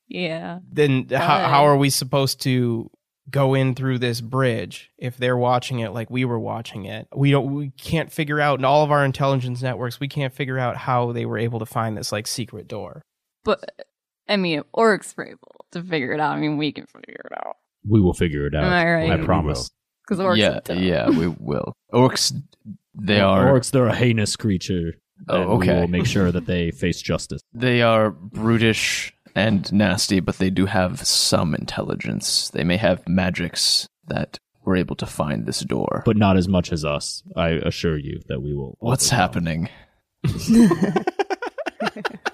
yeah.
then how,
But-
how are we supposed to go in through this bridge if they're watching it like we were watching it we don't we can't figure out in all of our intelligence networks we can't figure out how they were able to find this like secret door
But I mean, orcs were able to figure it out. I mean, we can figure it out
We will figure it out.
Am I right?
I
We
promise.
because orcs.
yeah,
are dumb. *laughs*
yeah, we will. Orcs, they are
orcs. They're a heinous creature.
Oh,
and
okay.
We will make sure that they face justice.
they are brutish and nasty, but they do have some intelligence. They may have magics that were able to find this door.
but not as much as us. I assure you that we will.
What's happening?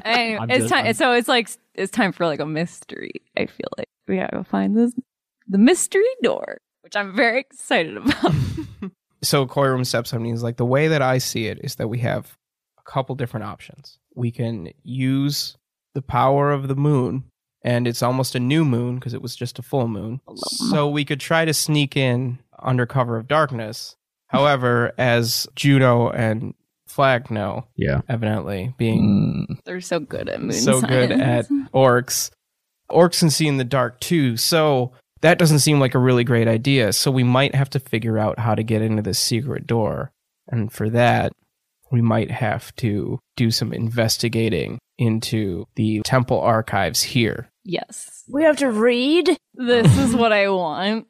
Anyway,
I'm
it's
just-
time.
I'm-
So it's like it's time for like a mystery. I feel like we gotta find this the mystery door, which I'm very excited about. *laughs*
*laughs* so Koirum steps up and he's like, the way that I see it is that we have a couple different options. We can use the power of the moon, and it's almost a new moon because it was just a full moon. So we could try to sneak in under cover of darkness. However, as Juno and Flag know,
yeah,
evidently
Mm.
being
They're so good at moon.
so good at
science.
orcs. Orcs can see in the dark too, so that doesn't seem like a really great idea. So we might have to figure out how to get into this secret door. And for that, we might have to do some investigating into the temple archives here.
Yes,
We have to read.
this is what I want.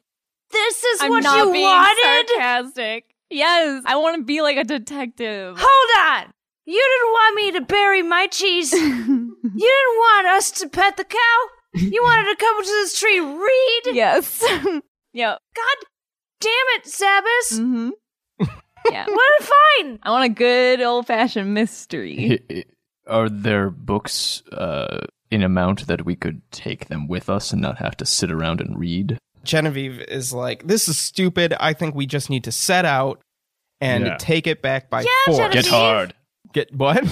This is
I'm
what
not
you
being
wanted.
Sarcastic. Yes, I want to be like a detective. *laughs*
Hold on. You didn't want me to bury my cheese. you didn't want us to pet the cow. You wanted to come to this tree, read.
Yes. *laughs* yep.
God damn it, Sabas.
Mm-hmm. Yeah.
Well, fine.
I want a good old fashioned
*laughs*
mystery.
I- i- Are there books uh, in amount that we could take them with us and not have to sit around and read?
Genevieve is like, This is stupid. I think we just need to set out and
Yeah.
take it back by
Yeah,
force.
Get hard.
Get what?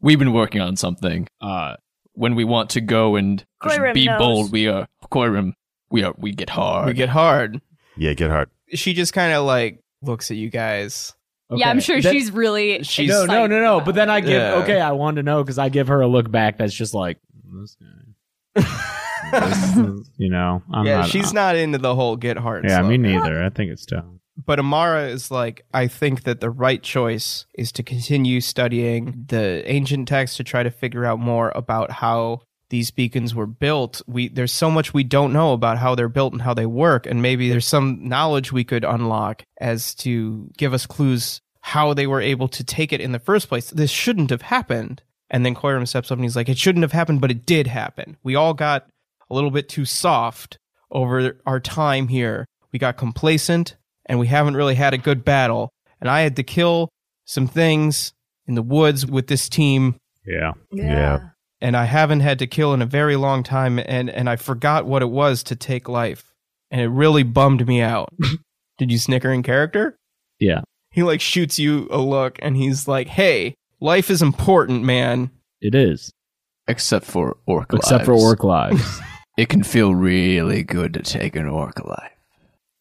We've been working on something. Uh, when we want to go and just
Koirim
be
knows.
bold, we are Koirim. We are. We get hard.
We get hard.
Yeah, get hard.
She just kind of like looks at you
*laughs*
guys.
Yeah, I'm sure
That-
she's really.
She's-
no, no, no, no. But then I give
Yeah.
okay. I wanted to know because I give her a look back that's just like "Hmm, this guy. This is- you know, I'm
yeah,
not, uh,
she's not into the whole get hard.
Yeah,
slow.
me neither. I think it's dumb.
But Amara is like, I think that the right choice is to continue studying the ancient texts to try to figure out more about how these beacons were built. We there's so much we don't know about how they're built and how they work, and maybe there's some knowledge we could unlock as to give us clues how they were able to take it in the first place. This shouldn't have happened. And then Koiram steps up and he's like, It shouldn't have happened, but it did happen. We all got a little bit too soft over our time here. We got complacent and we haven't really had a good battle. And I had to kill some things in the woods with this team.
Yeah.
Yeah.
and I haven't had to kill in a very long time, and, and I forgot what it was to take life. And it really bummed me
*laughs*
out. Did you snicker in character?
Yeah.
He like shoots you a look and he's like, Hey, life is important, man.
It is.
Except for orc
Except
lives.
for
*laughs*
orc lives.
it can feel really good to take an orc life.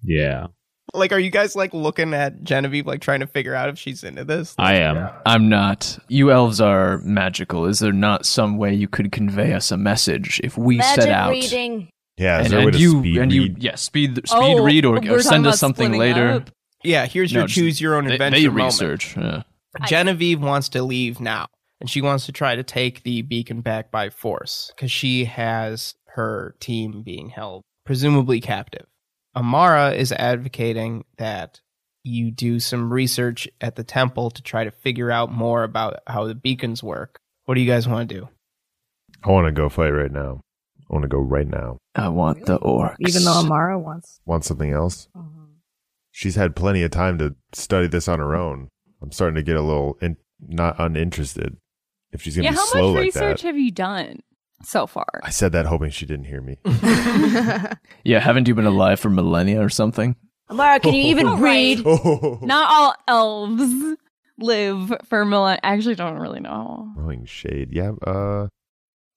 Yeah.
Like, are you guys like looking at Genevieve, like trying to figure out if she's into this?
I am.
I'm not. You elves are magical. Is there not some way you could convey us a message if we
Magic
set out?
reading.
Yeah, is
and,
there a way
and
to
you
speed
and you
read?
yeah speed speed
Oh,
read or,
we're
or
talking
send
about
us something
splitting
later.
up.
Yeah, here's
No,
your
just-
choose your own
they-
adventure
They
moment.
research. yeah.
Genevieve wants to leave now, and she wants to try to take the beacon back by force because she has her team being held, presumably captive. Amara is advocating that you do some research at the temple to try to figure out more about how the beacons work. What do you guys want to do?
I want to go fight right now. I want to go right now.
I want the orcs.
Even though Amara wants.
Want something else?
Uh-huh.
She's had plenty of time to study this on her own. I'm starting to get a little in, not uninterested. If she's gonna
Yeah,
be
how
slow
much
like
research
that,
have you done so far?
I said that hoping she didn't hear me.
Yeah, haven't you been alive for millennia or something?
Amara, can you even
*laughs*
All right.
read?
Oh.
Not all elves live for millennia. I actually don't really know.
Throwing shade. Yeah, uh,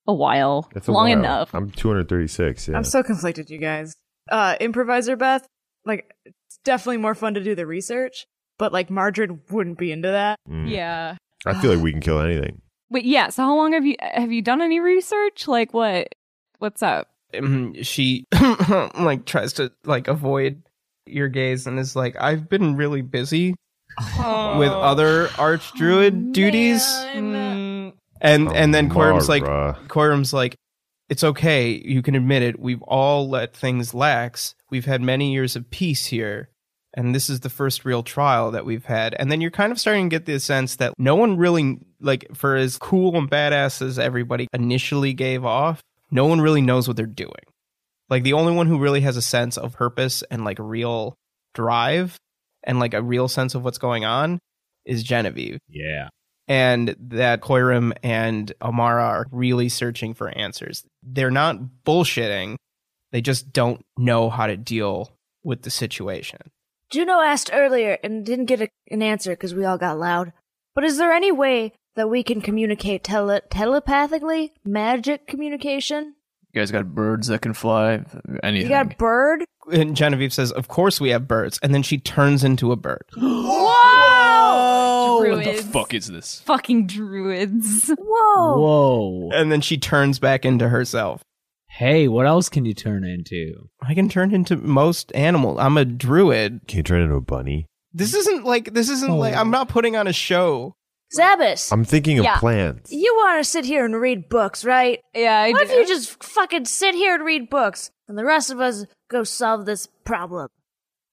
A while.
it's a
Long
while.
enough.
I'm 236. Yeah.
I'm so conflicted, you guys. Uh, improviser Beth, like, it's definitely more fun to do the research, but like, Margarine wouldn't be into that.
Mm.
Yeah.
I feel like we can kill anything.
But yeah, so how long have you have you done any research? Like what what's up?
Mm, she *laughs* like tries to like avoid your gaze and is like, I've been really busy with other archdruid duties. Mm. And and
Oh,
then Quirum's like
Amara.
Quirum's like, it's okay, you can admit it. We've all let things lax. We've had many years of peace here, and this is the first real trial that we've had. And then you're kind of starting to get the sense that no one really like for as cool and badass as everybody initially gave off, no one really knows what they're doing. Like the only one who really has a sense of purpose and like real drive and like a real sense of what's going on is Genevieve
Yeah.
and that Koiram and Amara are really searching for answers. They're not bullshitting. They just don't know how to deal with the situation.
Juno asked earlier and didn't get a, an answer because we all got loud. But is there any way that we can communicate tele- telepathically? Magic communication?
You guys got birds that can fly. Anything?
You got bird?
And Genevieve says, "Of course we have birds." And then she turns into a bird.
Whoa!
Oh, what the
Druids.
fuck is this?
Fucking druids.
Oh.
Whoa!
Whoa.
And then she turns back into herself.
Hey, what else can you turn into?
I can turn into most animals. I'm a druid.
Can you turn into a bunny?
This isn't like this isn't like I'm not putting on a show.
Zabas,
I'm thinking of
Yeah.
plants.
you want to sit here and read books, right?
Yeah, I
What if
do.
you just fucking sit here and read books and the rest of us go solve this problem?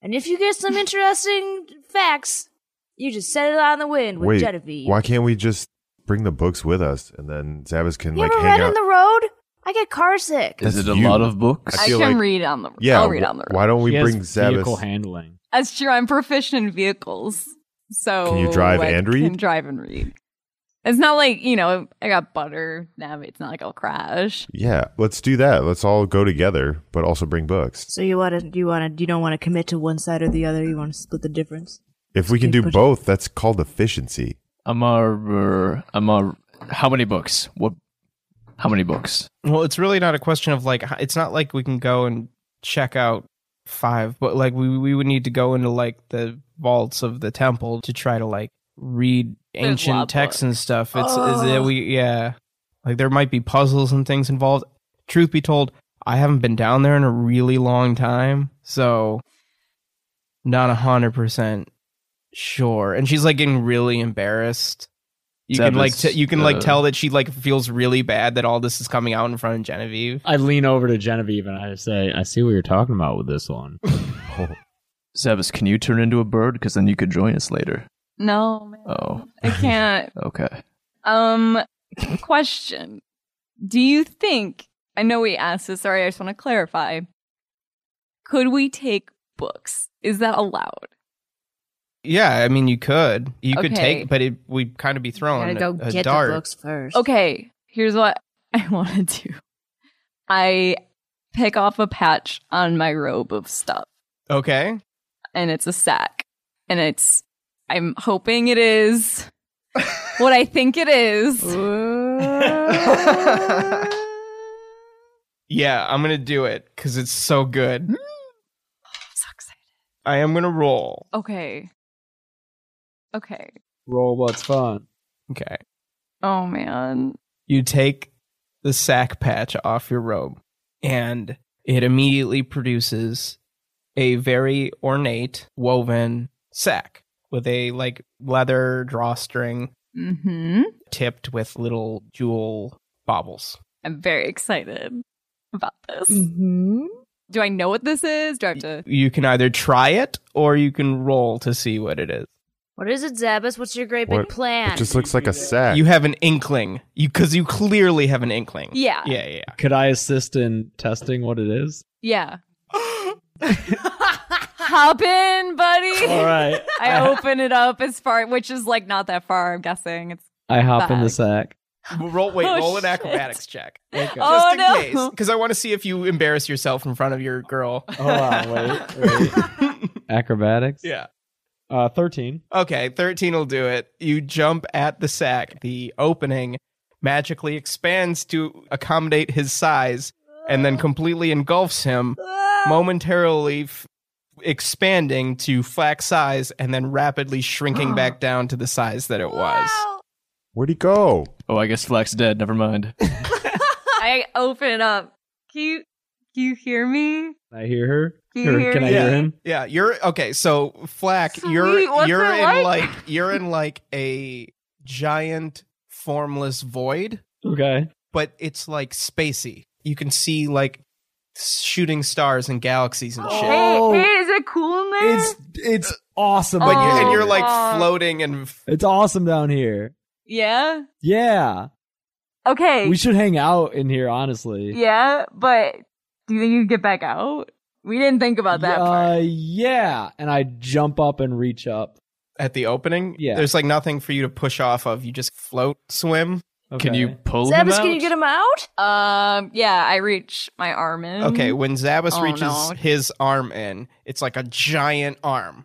And if you get
*laughs*
some interesting facts, you just set it on the wind with
Wait,
Genevieve.
why can't we just bring the books with us and then Zavis can
you
like
ever
hang
read
out?
on the road? I get car sick.
Is
That's
it a
you.
lot of books?
I
feel
can
like-
read on the
yeah,
I'll read
wh-
on the
why don't we
She has
bring
Vehicle
Zavis?
handling.
That's true. I'm proficient in vehicles, so
Can you drive
I
and read?
Can drive and read. It's not like you know I got butter. Nav. It's not like I'll crash.
Yeah, let's do that. Let's all go together, but also bring books.
So you wanna, you wanna, you don't wanna commit to one side or the other. You wanna split the difference.
If we can
Keep
do
pushing.
both, that's called efficiency.
Amar, Amar, how many books? What? How many books?
Well, it's really not a question of like h- it's not like we can go and check out five, but like we we would need to go into like the vaults of the temple to try to like read
There's a lot
ancient
of
texts and stuff. It's is
Ugh.
it, we yeah, like there might be puzzles and things involved. Truth be told, I haven't been down there in a really long time, so not a hundred percent sure. And she's like getting really embarrassed. You can
Zeb
like
is,
t- you can like
uh,
tell that she like feels really bad that all this is coming out in front of Genevieve.
I lean over to Genevieve and I say, I see what you're talking about with this *laughs* one.
Zavis, can you turn into a bird? Because then you could join us later.
No, man,
Oh,
*laughs*
I can't.
okay.
Um, question: Do you think? I know we asked this. Sorry, I just want to clarify. Could we take books? Is that allowed?
Yeah, I mean, you could. You could
Okay.
take, but it, we'd kind of be
Gotta
throwing
go
Oh, a, a
get
dart.
*laughs* the books first.
Okay, here's what *laughs* I want to do. I pick off a patch on my robe of stuff.
*laughs*
Okay.
And it's a sack. And it's, I'm hoping
*laughs*
it is what I think it is.
Mm-hmm.
Yeah, I'm gonna do it because it's so good. I'm
so excited.
I am gonna roll.
okay. Okay.
Roll what's fun.
Okay.
Oh, man.
You take the sack patch off your robe, and it immediately produces a very ornate woven sack with a like leather drawstring
Mm hmm.
tipped with little jewel baubles.
I'm very excited about this.
Mm.
Mm-hmm.
Do I know what this is? Do I have to?
You can either try it or you can roll to see what it is.
What is it, Zabas? What's your great big
What-
plan?
looks like a sack. You have an inkling. You because you clearly have an inkling.
Yeah.
Yeah, yeah. *gasps*
Could I assist in testing what it is? *laughs*
Yeah. Hop in, buddy.
All right.
I open it up as far, which is like not that far. I'm guessing it's.
I hop in the
Bag.
sack.
Roll wait,
Oh,
roll an
shit.
acrobatics check.
Okay.
Just
Oh,
in
no.
case. Because I want to see if you embarrass yourself in front of your girl.
Hold on, wait, Acrobatics.
*laughs* yeah.
Uh, thirteen.
Okay, 13 will do it. You jump at the sack. The opening magically expands to accommodate his size and then completely engulfs him, momentarily f- expanding to flax size and then rapidly
*gasps*
shrinking back down to the size that it was.
Where'd he go?
Oh, I guess Flack's dead. Never mind.
I open it up. Can you, can you hear me?
I hear her.
Can you
Or
hear
can I
me?
hear him?
Yeah, you're okay. So Flack,
Sweet,
you're
what's
you're
it
in
like?
like? you're in like a giant formless void,
Okay.
but it's like spacey. You can see like shooting stars and galaxies and shit.
Hey, hey, is it cool in there?
It's it's awesome.
But you, and
Oh,
you're like
fuck.
floating and
It's awesome down here.
yeah.
Yeah.
Okay.
We should hang out in here, honestly.
Yeah, but do you think you can get back out? We didn't think about that.
Uh, yeah. And I jump up and reach up.
at the opening.
Yeah.
There's like nothing for you to push off of. You just float, swim.
Can you
pull
Zabas, can you get him out?
Um. Yeah, I reach my arm in. *laughs*
Okay, when Zabas
Oh,
reaches
no.
his arm in, it's like a giant arm.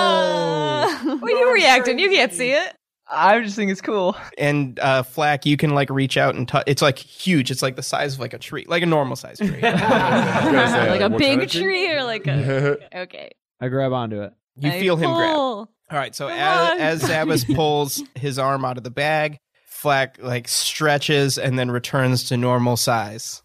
Whoa! well, you reacted. You can't see it.
I just think
*laughs*
it's cool.
And uh, Flack, you can like reach out and touch. It's like huge. It's like the size of like a tree, like a normal size tree.
like a
what
big
kind of
tree?
tree?
or
*laughs*
like a okay.
I grab onto it.
You
I
feel him grab.
pull.
All right, so
on.
as, as
*laughs*
Zabas pulls his arm out of the bag, Flack like stretches and then returns to normal size.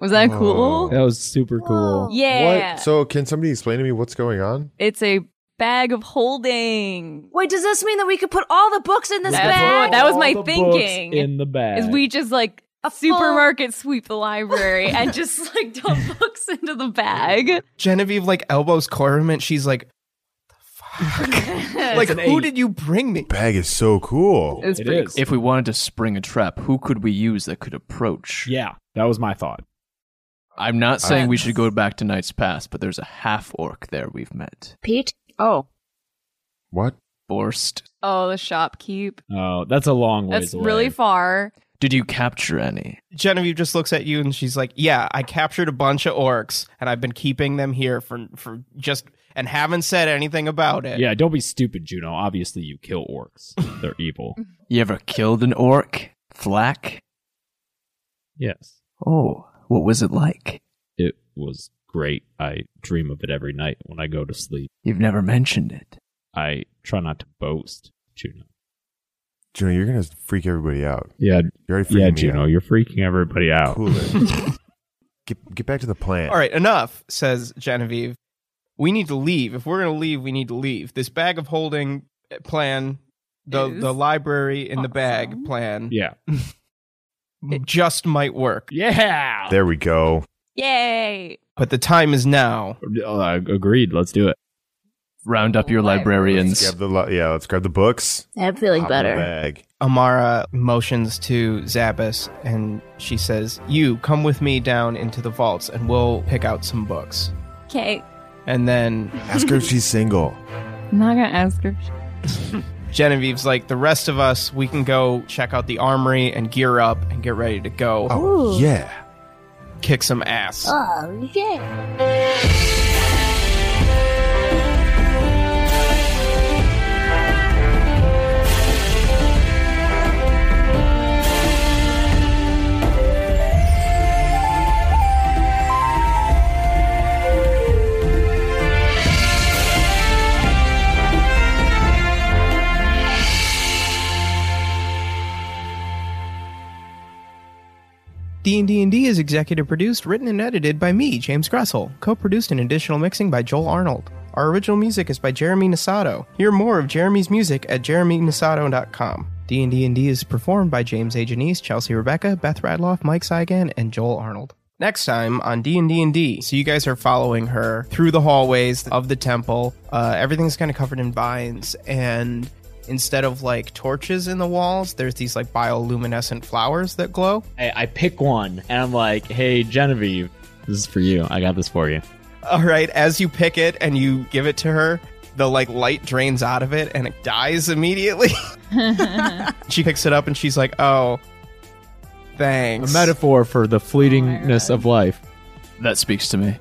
Was that cool?
That was super
Oh,
cool.
Yeah.
What? So, can somebody explain to me what's going on?
It's a bag of holding.
Wait, does this mean that we could put all the books in this
That's
bag?
what- that was
All
my
the books
thinking.
in the bag.
Is we just like a supermarket sweep the library *laughs* and just like dump *laughs* books into the *laughs* bag?
Genevieve like elbows Corum and she's like,
*laughs*
like
an
who did you bring me?
Bag is so cool.
It's It pretty is. cool.
If we wanted to spring a trap, who could we use that could approach?
Yeah, that was my thought.
I'm not saying we should go back to Night's Past, but there's a half orc there we've met.
Pete? Oh.
What?
Borst.
Oh, the shopkeep.
Oh, that's a long
That's really far.
Did you capture any?
Genevieve just looks at you and she's like, "Yeah, I captured a bunch of orcs and I've been keeping them here for for just and haven't said anything about it."
Yeah, don't be stupid, Juno. Obviously, you kill orcs. They're
*laughs*
evil.
You ever killed an orc? Flack?
Yes.
Oh, what was it like?
It was great. I dream of it every night when I go to sleep.
You've never mentioned it.
I try not to boast, Juno.
Juno, you're gonna freak everybody out.
Yeah,
you're already freaking
yeah,
me
Juno,
out.
you're freaking everybody out.
Cool it. *laughs* get get back to the plan.
All right, enough, says Genevieve. We need to leave. If we're going to leave, we need to leave. This bag of holding eh, plan, the
Is
the library in the bag plan,
Yeah. *laughs*
just might work.
Yeah.
There we go.
Yay!
But the time is now.
uh, agreed. Let's do it.
Round up your librarians.
Grab the li- yeah. Let's grab the books.
I'm feeling
Hop in the
better.
Bag.
Amara motions to Zabas and she says, "You come with me down into the vaults and we'll pick out some books."
Okay.
And then
Ask her if she's single.
I'm not gonna ask her.
Genevieve's like, the rest of us, we can go check out the armory and gear up and get ready to go.
Oh, Ooh. yeah.
Kick some ass.
Oh, yeah.
D&D and D is executive produced, written and edited by me, James Gressel. Co-produced and additional mixing by Joel Arnold. Our original music is by Jeremy Nasato. Hear more of Jeremy's music at jeremynasato.com. D&D and D is performed by James A. Janice, Chelsea Rebecca, Beth Radloff, Mike Saigan, and Joel Arnold. Next time on D&D and D. So you guys are following her through the hallways of the temple. Uh, everything's kind of covered in vines and instead of like torches in the walls, there's these like bioluminescent flowers that glow.
I, I pick one and I'm like, hey, Genevieve, this is for you. I got this for you.
All right. As you pick it and you give it to her, the like light drains out of it and it dies immediately. she picks it up and she's like, oh,
A
thanks.
metaphor for the fleetingness of life.
That speaks to me.